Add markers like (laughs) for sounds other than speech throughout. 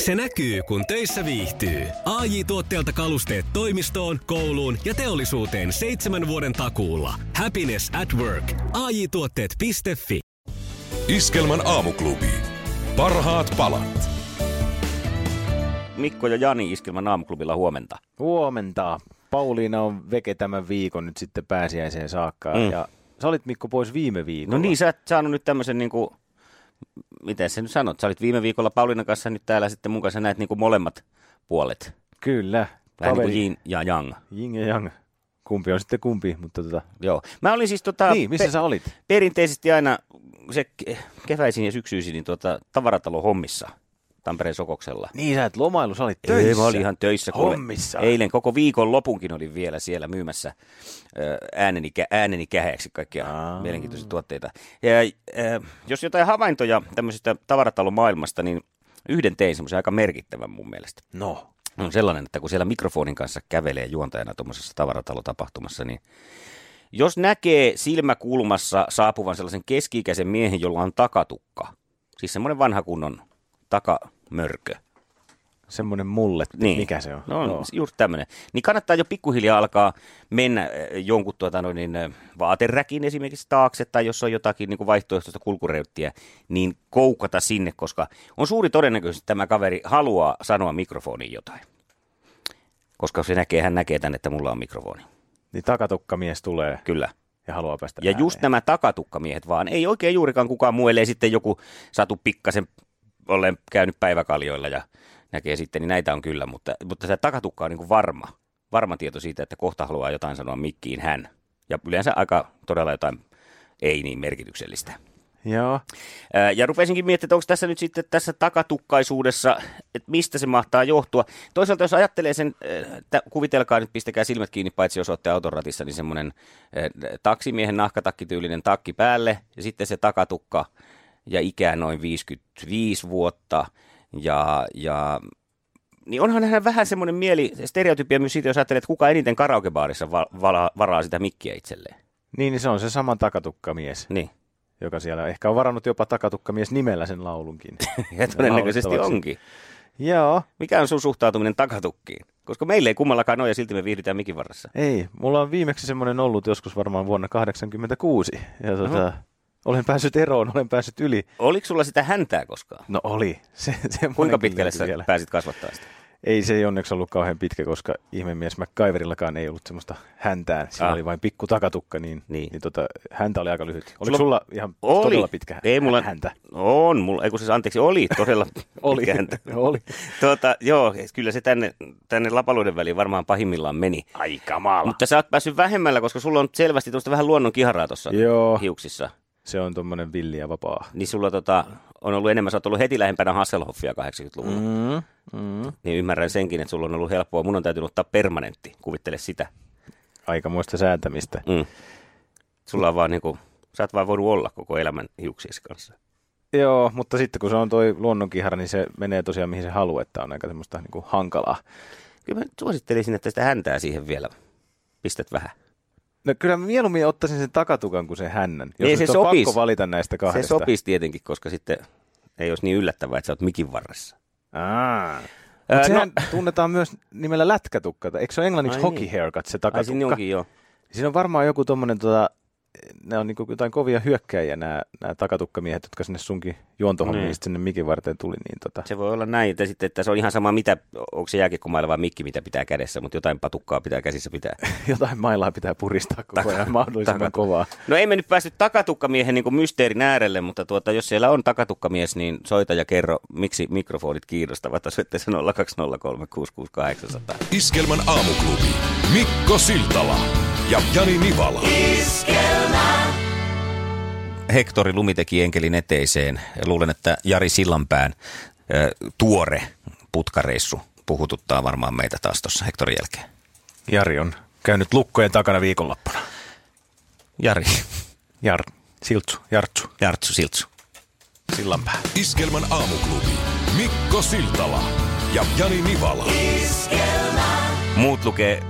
Se näkyy, kun töissä viihtyy. ai tuotteelta kalusteet toimistoon, kouluun ja teollisuuteen seitsemän vuoden takuulla. Happiness at work. ai tuotteetfi Iskelmän aamuklubi. Parhaat palat. Mikko ja Jani Iskelmän aamuklubilla huomenta. No Huomenta. Pauliina on veke tämän viikon nyt sitten pääsiäiseen saakka. Mm. Mm. Ja sä olit Mikko pois viime viikolla. No niin, sä et saanut nyt tämmöisen niin kuin, miten sä nyt sanot, sä olit viime viikolla Pauliinan kanssa nyt täällä sitten mun kanssa näet niin kuin molemmat puolet. Kyllä. Vähän niin kuin Kaveri. yin ja yang. Jing ja Jang. Kumpi on sitten kumpi, mutta tota... Joo. Mä olin siis tota, niin, missä pe- sä olit? perinteisesti aina se ke- keväisin ja syksyisin niin tuota, tavaratalo hommissa Tampereen Sokoksella. Niin, sä et lomailu, sä olit töissä. Ei, mä olin ihan töissä. kuule. Hommissa. Eilen koko viikon lopunkin olin vielä siellä myymässä ö, ääneni, kä- ääneni käheäksi kaikkia Aa. Aa. mielenkiintoisia tuotteita. Ja, ö, jos jotain havaintoja tämmöisestä tavaratalomaailmasta, niin yhden tein semmoisen aika merkittävän mun mielestä. No. On sellainen, että kun siellä mikrofonin kanssa kävelee juontajana tuommoisessa tavaratalotapahtumassa, niin jos näkee silmäkulmassa saapuvan sellaisen keski-ikäisen miehen, jolla on takatukka, siis semmoinen vanha kunnon takamörkö, Semmonen mulle, niin. mikä se on. No, on no. juuri tämmöinen. Niin kannattaa jo pikkuhiljaa alkaa mennä eh, jonkun tuota, no, niin, eh, vaateräkin esimerkiksi taakse, tai jos on jotakin niin kuin vaihtoehtoista kulkureittiä, niin koukata sinne, koska on suuri todennäköisyys, että tämä kaveri haluaa sanoa mikrofoniin jotain. Koska se näkee, hän näkee tämän, että mulla on mikrofoni. Niin takatukkamies tulee Kyllä. ja haluaa päästä Ja just ääneen. nämä takatukkαμiehet vaan. Ei oikein juurikaan kukaan muu, ellei sitten joku satu pikkasen olen käynyt päiväkaljoilla ja näkee sitten, niin näitä on kyllä. Mutta, mutta se takatukka on niin kuin varma, varma tieto siitä, että kohta haluaa jotain sanoa mikkiin hän. Ja yleensä aika todella jotain ei niin merkityksellistä. Joo. Ää, Ja rupesinkin miettimään, että onko tässä nyt sitten tässä takatukkaisuudessa, että mistä se mahtaa johtua. Toisaalta jos ajattelee sen, ää, että kuvitelkaa nyt, pistäkää silmät kiinni, paitsi jos olette autoratissa, niin semmoinen ää, taksimiehen nahkatakkityylinen takki päälle ja sitten se takatukka ja ikää noin 55 vuotta ja, ja niin onhan hän vähän semmoinen mieli, stereotypia myös siitä, jos ajattelee, että kuka eniten karaokebaarissa va- vala- varaa sitä mikkiä itselleen. Niin, niin se on se sama takatukkamies, Niin. (laughs) joka siellä ehkä on varannut jopa takatukkamies nimellä (laughs) sen laulunkin. Ja todennäköisesti Naurettavaksi. onkin. Joo. Mikä on sun suhtautuminen takatukkiin? Koska meillä ei kummallakaan ole ja silti me viihdytään mikin varressa. Ei, mulla on viimeksi semmoinen ollut joskus varmaan vuonna 86. Ja tota, olen päässyt eroon, olen päässyt yli. Oliko sulla sitä häntää koskaan? No oli. Se, semmoinen Kuinka kyllä pitkälle sä löytyi vielä. pääsit katsomaan sitä? Ei se ei onneksi ollut kauhean pitkä, koska ihmemies MacGyverillakaan ei ollut semmoista häntään. Sillä Ah. ah. oli vain pikku takatukka, niin, Niin. niin. niin tota, häntä oli aika lyhyt. Sulla- Oliko sulla, sulla ihan Oli. todella pitkä ei, mulla... häntä? On, mulla, ei kun siis anteeksi, oli (laughs) todella Oli. pitkä häntä. oli. Tuota, joo, kyllä se tänne, tänne lapaluiden väliin varmaan pahimmillaan meni. Ai kamala. Mutta sä oot päässyt vähemmällä, koska sulla on selvästi tuosta vähän luonnon kiharaa tuossa Joo, hiuksissa. se on tuommoinen villi ja vapaa. Niin sulla tota, on ollut enemmän, sä oot ollut heti lähempänä Hasselhoffia 80-luvulla. Mm. Mm. Niin ymmärrän senkin, että sulla on ollut helppoa. Mun on täytynyt ottaa permanentti. Kuvittele sitä. Aikamoista säätämistä. Mm. Sulla on vaan niinku, sä oot vaan voinut olla koko elämän hiuksiesi kanssa. Joo, mutta sitten kun se on toi luonnonkihara, niin se menee tosiaan mihin se haluaa, että on aika semmoista niin kuin hankalaa. Kyllä mä nyt suosittelisin, että sitä häntää siihen vielä pistät vähän. No kyllä mä mieluummin ottaisin sen takatukan kuin sen hännän. Jos Ei, ei, se se on sopis. pakko valita näistä kahdesta. Se sopisi tietenkin, koska sitten ei olisi niin yllättävää, että sä oot mikin varressa. Aa. Ää, Mut sehän no. tunnetaan myös nimellä lätkätukka. tai Eikö se ole englanniksi Ai Ai hockey niin. niin. haircut, se Ai siinä takatukka? onkin joo. Siinä on varmaan joku tuommoinen, tota, ne on niinku jotain kovia hyökkäjiä nämä, nämä takatukkamiehet, jotka sinne sunkin juontohommiin Niin. niin. sinne mikin varten tuli. Niin tota. Se voi olla näin, että sitten että se on ihan sama, mitä, onko se jääkiekkomailla vai mikki, mitä pitää kädessä, mutta jotain patukkaa pitää käsissä pitää. (laughs) Jotain mailaa pitää puristaa koko Taka- ajan mahdollisimman taka- kovaa. No ei me nyt päästy takatukkamiehen niin kuin mysteerin äärelle, mutta tuota, jos siellä on takatukkamies, niin soita ja kerro, miksi mikrofonit kiinnostavat. Soitteessa 020366800. Iskelmän aamuklubi. Mikko Siltala ja Jani Nivala. Hektori Lumi teki enkelin eteiseen. Luulen, että Jari Sillanpään ö, tuore putkareissu puhututtaa varmaan meitä taas tuossa Hektorin jälkeen. Jari on käynyt lukkojen takana viikonloppuna. Jari, Jar, Siltsu, Jartsu, Jartsu Siltsu. Sillanpää. Iskelmän aamuklubi. Mikko Siltala ja Jani Nivala. Muut lukee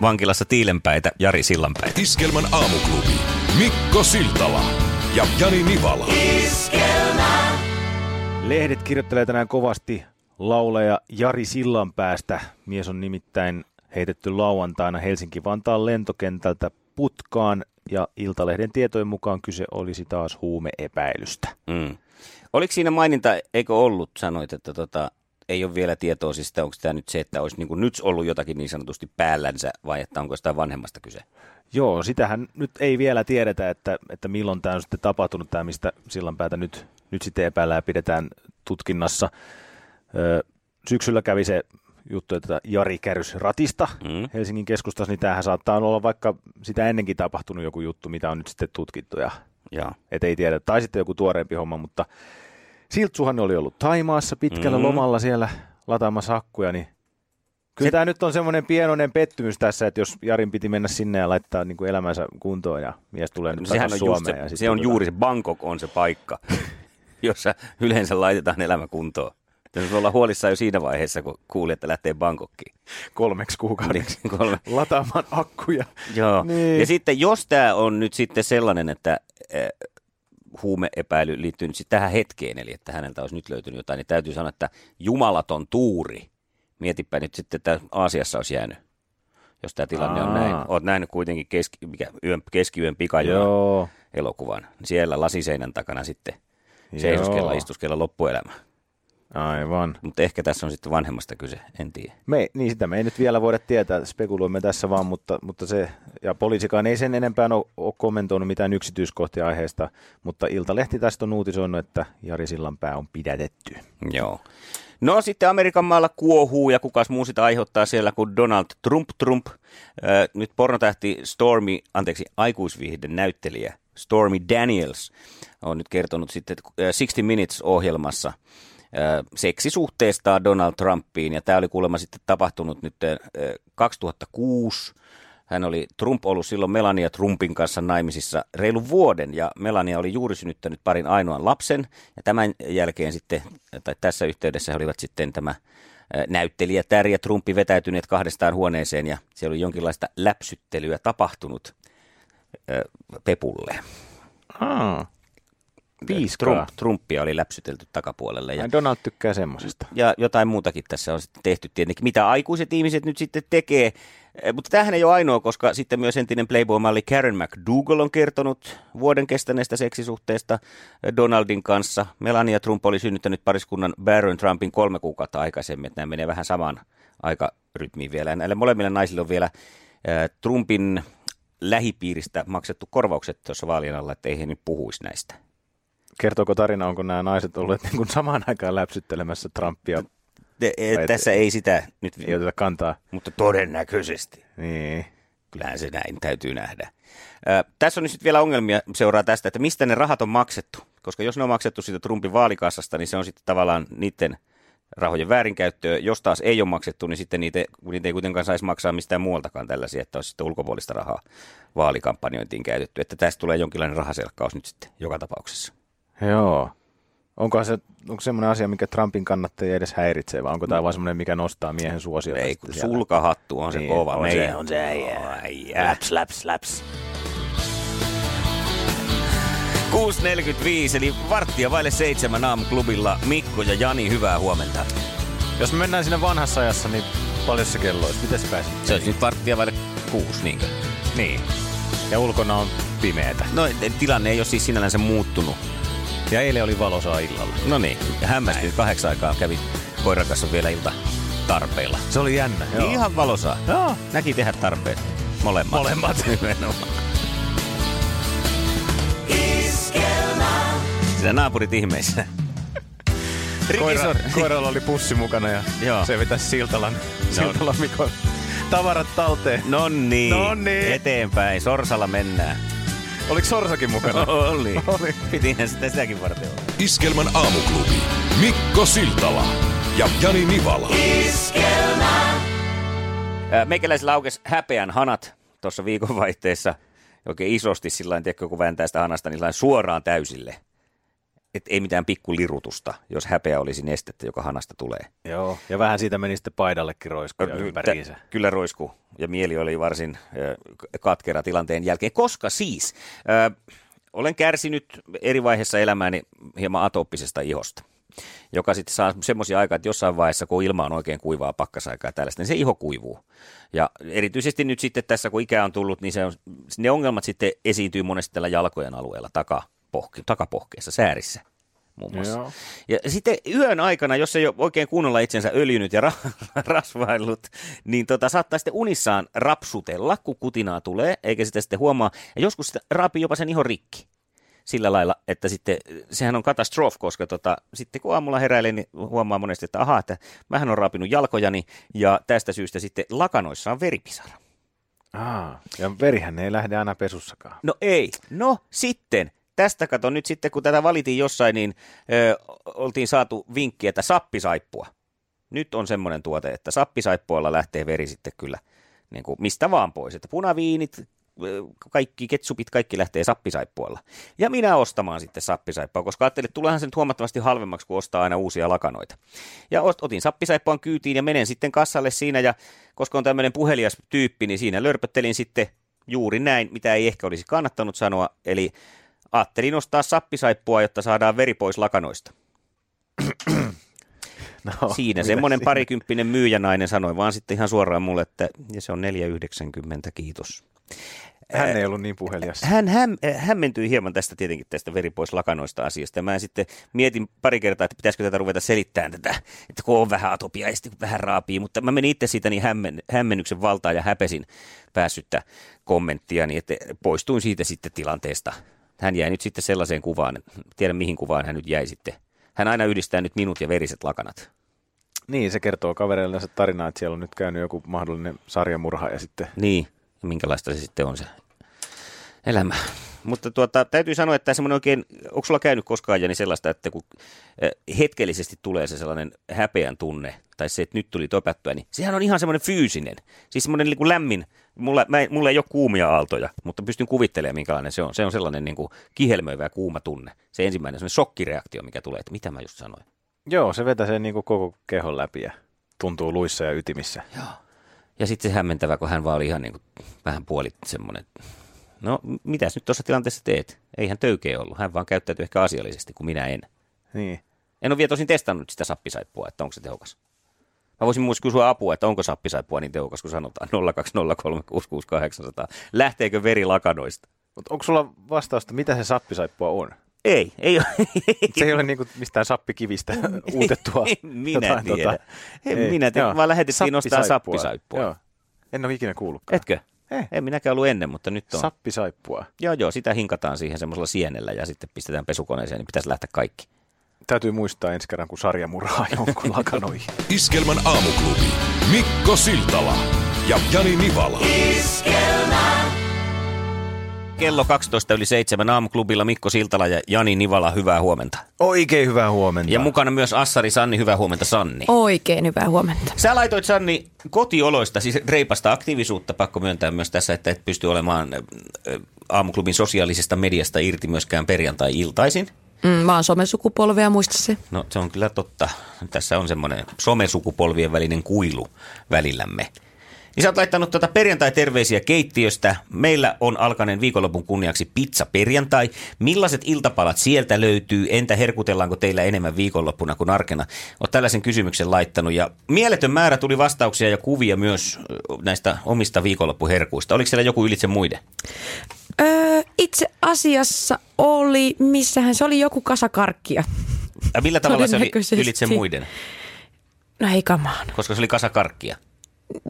vankilassa tiilenpäitä, Jari Sillanpäitä. Iskelmän aamuklubi. Mikko Siltala ja Jani Nivala. Lehdet kirjoittelee tänään kovasti laulaja Jari Sillanpäästä. Mies on nimittäin heitetty lauantaina Helsinki-Vantaan lentokentältä putkaan ja Iltalehden tietojen mukaan kyse olisi taas huumeepäilystä. Mm. Oliko siinä maininta, eikö ollut, sanoit, että tota, ei ole vielä tietoa, siis sitä, onko tämä nyt se, että olisi niin kuin nyt ollut jotakin niin sanotusti päällänsä vai että onko sitä vanhemmasta kyse? Joo, sitähän nyt ei vielä tiedetä, että, että milloin tämä on sitten tapahtunut, tämä mistä Sillanpäätä nyt, nyt sitten epäillään ja pidetään tutkinnassa. Ö, syksyllä kävi se juttu, että Jari Kärys ratista mm. Helsingin keskustassa, niin tämähän saattaa olla vaikka sitä ennenkin tapahtunut joku juttu, mitä on nyt sitten tutkittu ja Joo. et ei tiedä. Tai sitten joku tuoreempi homma, mutta Siltsuhan oli ollut Taimaassa pitkällä Mm. mm. lomalla siellä lataamassa akkuja, niin kyllä Se- se... tämä nyt on semmoinen pienoinen pettymys tässä, että jos Jarin piti mennä sinne ja laittaa niin kuin elämänsä kuntoon ja mies tulee nyt Sehän takaisin on just Suomeen. se, Niin, ja sitten se on tota- juuri se, Bangkok on se (laughs) paikka, jossa yleensä laitetaan elämä kuntoon. Tässä olla huolissaan jo siinä vaiheessa, kun kuulee, että lähtee Bangkokkiin. kolmeksi kuukaudeksi Niin, (laughs) kolme. lataamaan akkuja. Joo. Niin. Niin. Ja sitten jos tämä on nyt sitten sellainen, että eh, huumeepäily liittyy nyt sitten tähän hetkeen, eli että häneltä olisi nyt löytynyt jotain, niin täytyy sanoa, että jumalaton tuuri. Mietipä nyt sitten, että Aasiassa olisi jäänyt, jos tämä tilanne Aa. on Aa. näin. Olet nähnyt kuitenkin keski, mikä, yön, keskiyön pikajoa Joo. elokuvan. Siellä lasiseinän takana sitten seisoskella, Joo. istuskella loppuelämä. Aivan. Mutta ehkä tässä on sitten vanhemmasta kyse, en tiedä. Me, niin sitä me ei nyt vielä voida tietää, spekuloimme tässä vaan, mutta, mutta se, ja poliisikaan ei sen enempää no, ole kommentoinut mitään yksityiskohtia aiheesta, mutta Iltalehti tästä on uutisoinut, että Jari Sillanpää on pidätetty. Joo. No sitten Amerikan maalla kuohuu ja kukas muu sitä aiheuttaa siellä kuin Donald Trump Trump. Äh, nyt pornotähti Stormy, anteeksi aikuisviihden näyttelijä Stormy Daniels on nyt kertonut sitten äh, 60 Minutes-ohjelmassa äh, seksisuhteestaan Donald Trumpiin. Ja tämä oli kuulemma sitten tapahtunut nyt äh, 2006. Hän oli Trump ollut silloin Melania Trumpin kanssa naimisissa reilun vuoden ja Melania oli juuri synnyttänyt parin ainoan lapsen ja tämän jälkeen sitten, tai tässä yhteydessä he olivat sitten tämä ö, näyttelijä Tär ja Trumpi vetäytyneet kahdestaan huoneeseen ja siellä oli jonkinlaista läpsyttelyä tapahtunut ö, Pepulle. Ah, piiskaa. Trump, Trumpia oli läpsytelty takapuolelle. Ja Ai, Donald tykkää semmosesta. ja jotain muutakin tässä on sitten tehty tietenkin, mitä aikuiset ihmiset nyt sitten tekee. Eh, Mutta tämähän ei ole ainoa, koska sitten myös entinen Playboy-malli Karen McDougal on kertonut vuoden kestäneestä seksisuhteesta eh, Donaldin kanssa. Melania Trump oli synnyttänyt pariskunnan Baron Trumpin kolme kuukautta aikaisemmin, että nämä menee vähän samaan aikarytmiin vielä. Ja Näille molemmille naisille on vielä eh, Trumpin lähipiiristä maksettu korvaukset tuossa vaalien alla, että ei he nyt puhuisi näistä. Kertooko tarina, onko nämä naiset olleet niin kuin samaan aikaan läpsyttelemässä Trumpia? Eh, eh, Ai, Tässä ei sitä nyt, Ei oteta kantaa. mutta todennäköisesti. Niin. Kyllähän se näin täytyy nähdä. Ö, tässä on nyt sitten vielä ongelmia seuraa tästä, että mistä ne rahat on maksettu. Koska jos ne on maksettu siitä Trumpin vaalikassasta, niin se on sitten tavallaan niiden rahojen väärinkäyttöä. Jos taas ei ole maksettu, niin sitten niitä, niitä ei kuitenkaan saisi maksaa mistään muualtakaan tällaisia, että olisi sitten ulkopuolista rahaa vaalikampanjointiin käytetty. Että tästä tulee jonkinlainen rahaselkkaus nyt sitten joka tapauksessa. Joo. Onko se onko semmoinen asia, mikä Trumpin kannattajia edes häiritsee, vai onko tämä vain semmoinen, mikä nostaa miehen suosiota? Mm. Ei, sitten kun siellä? sulkahattu on se Niin, kova. on Meidän- se- on se äijä. Oi, äijä. Laps, laps, laps. 6.45, eli varttia vaille seitsemän aamuklubilla. Mikko ja Jani, hyvää huomenta. Jos me mennään siinä vanhassa ajassa, niin paljon se kello olisi? Miten se pääsi? Se olisi nyt varttia vaille kuusi, niinkö? Niin. Ja ulkona on pimeätä. No, e- tilanne ei ole siis sinällänsä muuttunut. Ja eilen oli valosaa illalla. No niin, hämmästyin. Kahdeksan aikaa kävi koiran kanssa vielä ilta tarpeilla. Se oli jännä. Joo. Ihan valosaa. Joo. Näki tehdä tarpeet. Molemmat. Molemmat. (laughs) Nimenomaan. Sillä naapurit ihmeissä. (laughs) Koira, Rikisor. koiralla oli pussi mukana ja Joo. se vetäisi Siltalan, Siltalan Mikon tavarat talteen. No niin. Noniin. Eteenpäin. Sorsalla mennään. Oliko Sorsakin mukana? Oli. Oli. Pitihän sitä sitäkin varten olla. Iskelmän aamuklubi. Mikko Siltala ja Jani Nivala. Ää, Meikäläisellä aukesi häpeän hanat tuossa viikonvaihteessa oikein isosti sillä lailla, tiedätkö, kun vääntää sitä hanasta, niin sillä lailla suoraan täysille. Et ei mitään pikkulirutusta, jos häpeä olisi nestettä, joka hanasta tulee. (laughs) Joo. Ja vähän siitä meni sitten paidallekin roiskuja Tä- ympäriinsä. Kyllä roisku ja mieli oli varsin ö, katkera tilanteen jälkeen, koska siis ö, olen kärsinyt eri vaiheessa elämääni hieman atoppisesta ihosta. joka sitten saa semmoisia aikaa, että jossain vaiheessa, kun ilma on oikein kuivaa pakkasaikaa ja tällaista, niin se iho kuivuu. Ja erityisesti nyt sitten tässä, kun ikää on tullut, niin se on, ne ongelmat sitten esiintyy monesti tällä jalkojen alueella takapohke, takapohkeessa, säärissä muun muassa. Joo. Ja sitten yön aikana, jos ei ole oikein kunnolla itsensä öljynyt ja ra- (laughs) rasvaillut, niin tota, saattaa sitten unissaan rapsutella, kun kutinaa tulee, eikä sitä sitten huomaa. Ja joskus sitä raapii jopa sen ihon rikki sillä lailla, että sitten sehän on katastrof, koska tota, sitten kun aamulla heräilee, niin huomaa monesti, että ahaa, että mähän on raapinut jalkojani ja tästä syystä sitten lakanoissa on veripisara. Aa, ja verihän ei lähde aina pesussakaan. No ei, no sitten tästä kato nyt sitten, kun tätä valitin jossain, niin ö, oltiin saatu vinkki, että sappisaippua. Nyt on semmoinen tuote, että sappisaippualla lähtee veri sitten kyllä niin kuin mistä vaan pois. Että punaviinit, ö, kaikki ketsupit, kaikki lähtee sappisaippualla. Ja minä ostamaan sitten sappisaippua, koska ajattelin, että tuleehan se nyt huomattavasti halvemmaksi, kun ostaa aina uusia lakanoita. Ja ost- otin sappisaippuan kyytiin ja menen sitten kassalle siinä, ja koska on tämmöinen puhelias tyyppi, niin siinä lörpöttelin sitten juuri näin, mitä ei ehkä olisi kannattanut sanoa, eli Ajattelin ostaa sappisaippua, jotta saadaan veri pois lakanoista. No, siinä mitä semmoinen siinä? parikymppinen myyjänainen sanoi vaan sitten ihan suoraan mulle, että ja se on 4,90, kiitos. Hän ei ollut niin puhelias. Hän häm, äh, hämmentyi hieman tästä tietenkin tästä veri pois lakanoista asiasta. Mä sitten mietin pari kertaa, että pitäisikö tätä ruveta selittämään tätä, että kun on vähän atopia ja sitten kun vähän raapii, mutta mä menin itse siitä niin hämmen, hämmennyksen valtaan ja häpesin päässyttä kommenttia, niin että poistuin siitä sitten tilanteesta. Hän jäi nyt sitten sellaiseen kuvaan, tiedän mihin kuvaan hän nyt jäi sitten. Hän aina yhdistää nyt minut ja veriset lakanat. Niin, se kertoo kavereillensa tarinaa, että siellä on nyt käynyt joku mahdollinen sarjamurha ja sitten Niin, ja minkälaista se sitten on se elämä. Mutta tuota, täytyy sanoa, että semmoinen oikein, onko sulla käynyt koskaan Jani sellaista, että kun eh, hetkellisesti tulee se sellainen häpeän tunne, tai se, että nyt tuli töpättyä, niin sehän on ihan semmoinen fyysinen, siis semmoinen niin kuin lämmin, mulla, mä, en- mulla ei ole kuumia aaltoja, mutta pystyn kuvittelemaan, minkälainen se on. Se on sellainen niin kuin kihelmöivä ja kuuma tunne, se ensimmäinen semmoinen shokkireaktio, mikä tulee, että mitä mä just sanoin. Joo, se vetää sen niin kuin koko kehon läpi ja tuntuu luissa ja ytimissä. Ja sitten se hämmentävä, kun hän vaan oli ihan niin kuin vähän puolit semmoinen, no m- mitäs nyt tuossa tilanteessa teet? Eihän töykeä ollut, hän vaan käyttäytyy ehkä asiallisesti, kun minä en. Niin. En ole vielä tosin testannut sitä sappisaippua, että onko se tehokas. Mä voisin myös kysyä apua, että onko sappisaippua niin tehokas, kun sanotaan 020366800. Lähteekö veri lakanoista? Mutta onko sulla vastausta, mitä se sappisaippua on? Ei, ei ole. Se ei ole niin kuin mistään (laughs) sappikivistä uutettua. tuota- En Niin, minä tiedä. En minä tiedä, vaan lähetettiin ostaa sappisaippua. Joo. En ole ikinä (laughs) kuullutkaan. Etkö? Eh. En minäkään ollut ennen, mutta nyt on. Sappisaippua. Joo, joo, sitä hinkataan siihen semmoisella sienellä ja sitten pistetään pesukoneeseen, niin pitäisi lähteä kaikki. Täytyy muistaa ensi kerran, kun sarjamurhaa (laughs) jonkun lakanoihin. Iskelmän aamuklubi. Mikko Siltala ja Jani Nivala. Kello 12 yli 7 aamuklubilla Mikko Siltala ja Jani Nivala, hyvää huomenta. Oikein hyvää huomenta. Ja mukana myös Assari Sanni, hyvää huomenta Sanni. Oikein hyvää huomenta. Sä laitoit Sanni kotioloista, siis reipasta aktiivisuutta, pakko myöntää myös tässä, että et pysty olemaan ö, ö, aamuklubin sosiaalisesta mediasta irti myöskään perjantai-iltaisin. Mm, mä oon somesukupolvea, muista se. No se on kyllä totta. Tässä on semmoinen somesukupolvien välinen kuilu välillämme. Niin sä oot laittanut tuota perjantai-terveisiä keittiöstä. Meillä on alkaneen viikonlopun kunniaksi pizza perjantai. Millaiset iltapalat sieltä löytyy? Entä herkutellaanko teillä enemmän viikonloppuna kuin arkena? Oot tällaisen kysymyksen laittanut ja mieletön määrä tuli vastauksia ja kuvia myös ö, näistä omista viikonloppuherkuista. Oliko siellä joku ylitse muiden? Öö, itse asiassa oli, missähän se oli joku kasakarkkia. Ja Äh, millä tavalla se oli Todennäköisesti. ylitse muiden? No ei kamaan. Koska se oli kasakarkkia.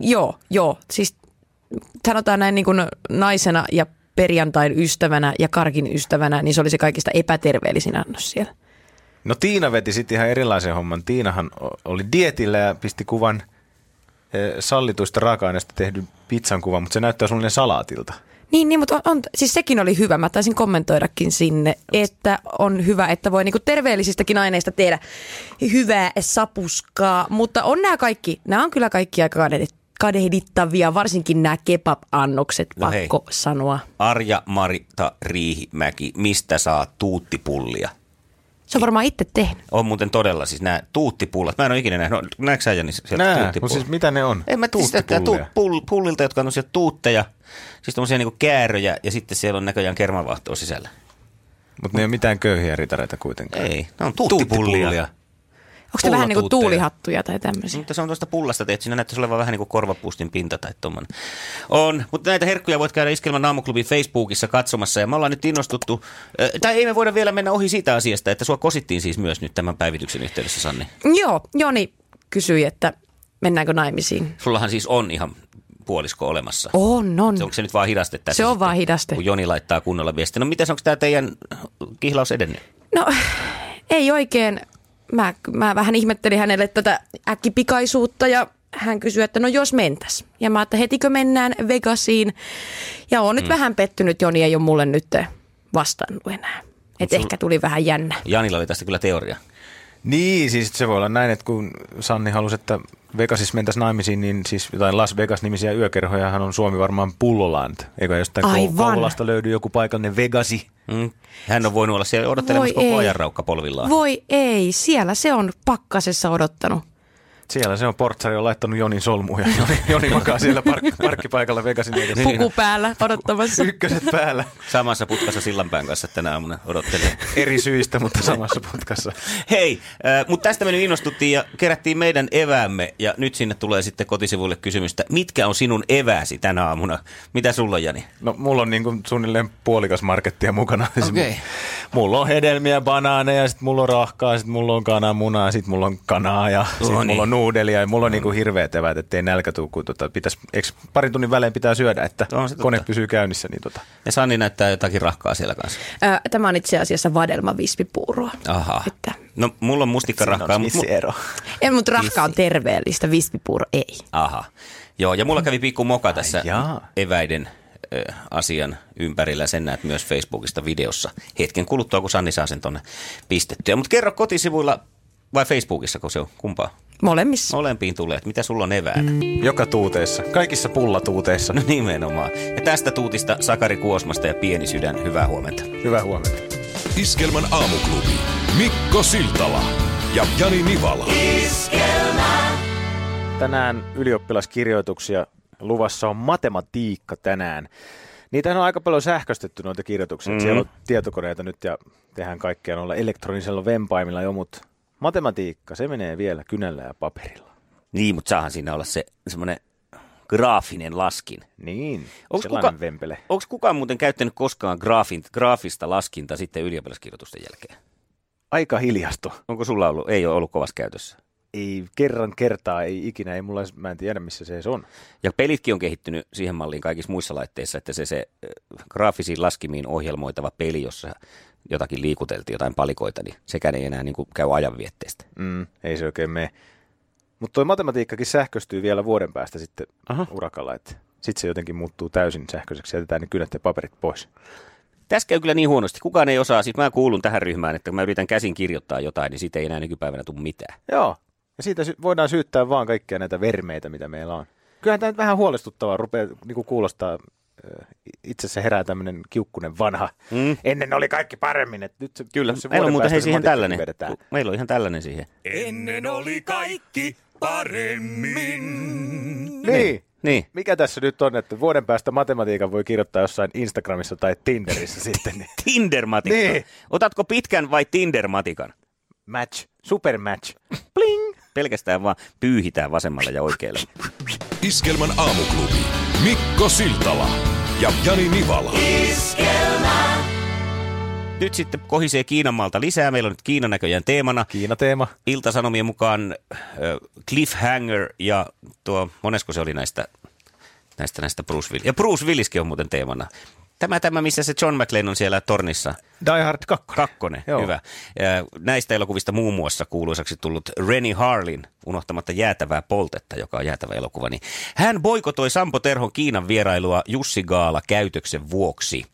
Joo, joo. Siis sanotaan näin niin kuin naisena ja perjantain ystävänä ja karkin ystävänä, niin se oli se kaikista epäterveellisin annos siellä. No Tiina veti sitten ihan erilaisen homman. Tiinahan o- oli dietillä ja pisti kuvan eh, sallituista raaka-aineista tehdyn pizzan kuvan, mutta se näyttää suunnilleen salaatilta. Niin, niin mutta on, on, siis sekin oli hyvä. Mä taisin kommentoidakin sinne, että on hyvä, että voi niinku terveellisistäkin aineista tehdä hyvää sapuskaa. Mutta on nämä kaikki, nämä on kyllä kaikki aika kadehdit- kadehdittavia, varsinkin nämä kebab-annokset, No hei. pakko sanoa. Arja Marita Riihimäki, mistä saa tuuttipullia? Se on varmaan itse tehnyt. On muuten todella siis nämä tuuttipullat. Mä en ole ikinä nähnyt. No, Näetkö sä Jani sieltä Nää, tuuttipullat? mutta siis mitä ne on? en mä siis näyttää Tuuttipullia. tuut- pull, pullilta, jotka on sieltä tuutteja, siis tuommoisia niinku kääröjä ja sitten siellä on näköjään kermavahtoa sisällä. Mutta ne ei ole mitään köyhiä ritareita kuitenkaan. Ei, ne on tuuttipullia. tuuttipullia. se vähän niin kuin Pullatuutteja. tuulihattuja tai tämmöisiä? Mutta se on tuosta pullasta tehty. Siinä näyttäisi olevan vähän niin kuin korvapuustin pinta tai tuommoinen. On, mutta näitä herkkuja voit käydä Iskelmän aamuklubin Facebookissa katsomassa. Ja me ollaan nyt innostuttu, äh, tai ei me voida vielä mennä ohi siitä asiasta, että sua kosittiin siis myös nyt tämän päivityksen yhteydessä, Sanni. Joo, Joni kysyi, että mennäänkö naimisiin. Sullahan siis on ihan puolisko olemassa. On, on. Se, onko se nyt vaan hidaste tässä? Se on sitten, vaan hidaste. Kun Joni laittaa kunnolla viestiä. No mitäs, onko tämä teidän kihlaus edennyt? No (sighs) ei oikein. Mä, mä vähän ihmettelin hänelle tätä äkkipikaisuutta ja hän kysyi, että no jos mentäs. Ja mä että hetikö mennään Vegasiin. Ja oon nyt vähän pettynyt, Joni ei ole mulle nyt vastannut enää. Et ehkä tuli vähän jännä. Janilla oli tästä kyllä teoria. Niin, siis se voi olla näin, että kun Sanni halusi, että Vegasissa mentäisiin naimisiin, niin siis jotain Las Vegas-nimisiä yökerhojahan on Suomi varmaan pullollaan. Eikö jostain Aivan. Aivan. Kouvolasta löydy joku paikallinen Vegasi? Mm. Hän on voinut olla siellä odottelemassa Voi koko ei. ajan raukka polvillaan. Voi ei, siellä se on pakkasessa odottanut. Siellä se on portsari on laittanut Jonin solmuun ja (laughs) Joni, Joni makaa siellä park, parkkipaikalla Vegasin edessä. Puku päällä (laughs) odottamassa. Ykköset päällä Samassa putkassa Sillanpään kanssa tänä aamuna odottelee. eri syistä, mutta samassa putkassa. Hei, äh, mutta tästä me nyt innostuttiin ja kerättiin meidän eväämme ja nyt sinne tulee sitten kotisivuille kysymystä. Mitkä on sinun evääsi tänä aamuna? Mitä sulla on, Jani? No mulla on niin kuin suunnilleen puolikas markettia mukana. Siis Okei. mu- Mulla on hedelmiä, banaaneja, sit mulla on rahkaa, sit mulla on kananmunaa, sit mulla on kanaa ja sit No niin. mulla on nuudelia ja mulla on niinku hirveät eväät, ettei nälkä tuu, kun tota, pitäis, eks, parin tunnin välein pitää syödä, että On se totta. kone pysyy käynnissä. Niin tota. Ja Sanni näyttää jotakin rahkaa siellä kanssa. Ö, Tämä on itse asiassa vadelmavispipuuroa. Aha. Että, No, mulla on mustikkarahkaa. mut- mu- siis ero. en, mutta rahka on terveellistä, vispipuuro ei. Aha. Joo, ja mulla kävi pikku moka tässä jaa. eväiden ö, asian ympärillä. Sen näet myös Facebookista videossa hetken kuluttua, kun Sanni saa sen tonne pistettyä. Mutta kerro kotisivuilla vai Facebookissa, kun se on kumpaa? Molemmissa. Molempiin tulee, että mitä sulla on eväänä? Mm. Joka tuuteessa, kaikissa pullatuuteissa. No nimenomaan. Ja tästä tuutista Sakari Kuosmasta ja Pieni sydän, hyvää huomenta. Hyvää huomenta. Iskelmän aamuklubi. Mikko Siltala ja Jani Nivala. Tänään ylioppilaskirjoituksia luvassa on matematiikka tänään. Niitähän on aika paljon sähköstetty noita kirjoituksia. Mm. Siellä on Mm-hmm. tietokoneita nyt ja tehdään kaikkea noilla elektronisella vempaimilla jo, mutta matematiikka, se menee vielä kynällä ja paperilla. Niin, mutta saahan siinä olla se semmoinen graafinen laskin. Niin, Onks sellainen kuka- vempele. Onko kukaan muuten käyttänyt koskaan graafin, graafista laskinta sitten ylioppilaskirjoitusten jälkeen? Aika hiljasto. Onko sulla ollut? Ei ole ollut kovassa käytössä. Ei kerran kertaa, ei ikinä, ei mulla, mä en tiedä missä se edes on. Ja pelitkin on kehittynyt siihen malliin kaikissa muissa laitteissa, että se, se äh, graafisiin laskimiin ohjelmoitava peli, jossa jotakin liikuteltiin, jotain palikoita, niin sekään ei enää niin kuin käy ajanvietteestä. Mm, ei se oikein mene. Mutta toi matematiikkakin sähköstyy vielä vuoden päästä sitten Aha. urakalla, että sitten se jotenkin muuttuu täysin sähköiseksi, jätetään ne kynät ja paperit pois. Tässä käy kyllä niin huonosti. Kukaan ei osaa. Siis mä kuulun tähän ryhmään, että kun mä yritän käsin kirjoittaa jotain, niin siitä ei enää nykypäivänä tule mitään. Joo, ja siitä sy- voidaan syyttää vaan kaikkia näitä vermeitä, mitä meillä on. Kyllähän tämä nyt vähän huolestuttavaa rupeaa niinku kuulostaa, ö, itsessä herää tämmöinen kiukkunen vanha. Mm. Ennen oli kaikki paremmin, että nyt se, kyllä, se Meillä on vuoden muuten päästä hei se siihen matikkakin tällainen. vedetään. Meillä on ihan tällainen siihen. Ennen oli kaikki paremmin. Niin. Niin. Mikä tässä nyt on, että vuoden päästä matematiikan voi kirjoittaa jossain Instagramissa tai Tinderissä (laughs) sitten, niin Tindermatikka. Niin. Otatko pitkän vai Tindermatikan? match, supermatch. Pelkästään vaan pyyhitään vasemmalle ja oikealle. Iskelmän aamuklubi. Mikko Siltala ja Jani Nivala. Nyt sitten kohisee Kiinan maalta lisää. Meillä on nyt Kiinan näköjään teemana. Kiina-teema. Iltasanomien mukaan äh, Cliffhanger ja tuo, monesko se oli näistä, näistä, näistä Bruce Willis. Ja Bruce Williskin on muuten teemana. Tämä, tämä, missä se John McLean on siellä tornissa. Die Hard 2. Kakkonen, Joo. Joo. hyvä. Ja Näistä elokuvista muun muassa kuuluisaksi tullut Rennie Harlin, unohtamatta jäätävää poltetta, joka on jäätävä elokuva, niin hän boikotoi Sampo Terhon Kiinan vierailua Jussi Gaala käytöksen vuoksi.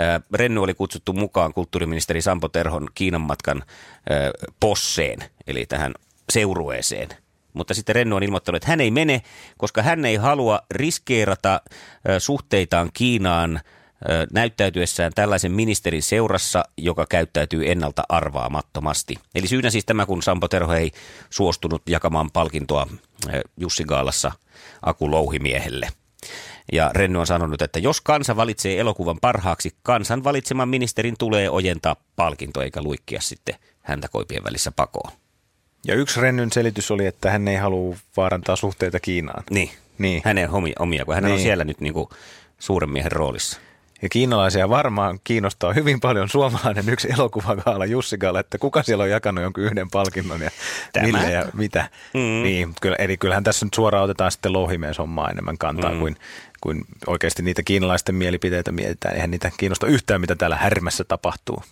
Ö, Renny oli kutsuttu mukaan kulttuuriministeri Sampo Terhon Kiinan matkan ö, posseen, eli tähän seurueeseen. Mutta sitten Renny on ilmoittanut, että hän ei mene, koska hän ei halua riskeerata ö, suhteitaan Kiinaan ö, näyttäytyessään tällaisen ministerin seurassa, joka käyttäytyy ennalta arvaamattomasti. Eli syynä siis tämä, kun Sampo Terho ei suostunut jakamaan palkintoa ö, Jussi Gaalassa Aku Louhimiehelle. Ja Renny on sanonut, että jos kansa valitsee elokuvan parhaaksi, kansan valitseman ministerin tulee ojentaa palkinto eikä luikkia sitten häntä koipien välissä pakoon. Ja yksi Rennyn selitys oli, että hän ei halua vaarantaa suhteita Kiinaan. Niin. Niin. Hänen homia, omia, kun hän niin. on Niin. siellä nyt niin kuin suuren miehen roolissa. Ja kiinalaisia varmaan kiinnostaa hyvin paljon suomalainen yksi elokuvakaala Jussi Gaala, että kuka siellä on jakanut jonkun yhden palkinnon ja Tämä. Tämä. millä ja mitä. Mm. Mm. Niin, kyllä, eli kyllähän tässä nyt suoraan otetaan sitten louhimeen hommaa enemmän kantaa mm. kuin, kuin oikeasti niitä kiinalaisten mielipiteitä mietitään. Eihän niitä kiinnosta yhtään, mitä täällä härmässä tapahtuu.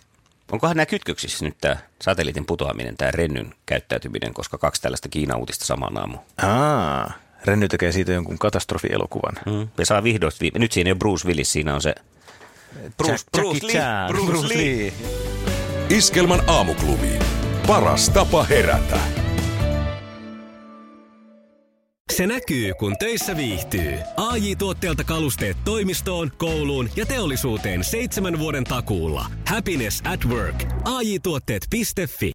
Onkohan nämä kytköksissä nyt tämä satelliitin putoaminen, tämä rennyn käyttäytyminen, koska kaksi tällaista Kiina-uutista samaan aamuun. Aa, Renny tekee siitä jonkun katastrofielokuvan. Mm. Ja saa vihdoin, viime- nyt siinä ei ole Bruce Willis, siinä on se... Bruce, Jack- Jackie Chan. Bruce Lee. Iskelmän aamuklubi. Paras tapa herätä. Se näkyy, kun töissä viihtyy. ai tuotteelta kalusteet toimistoon, kouluun ja teollisuuteen seitsemän vuoden takuulla. Happiness at work. AJ-tuotteet.fi.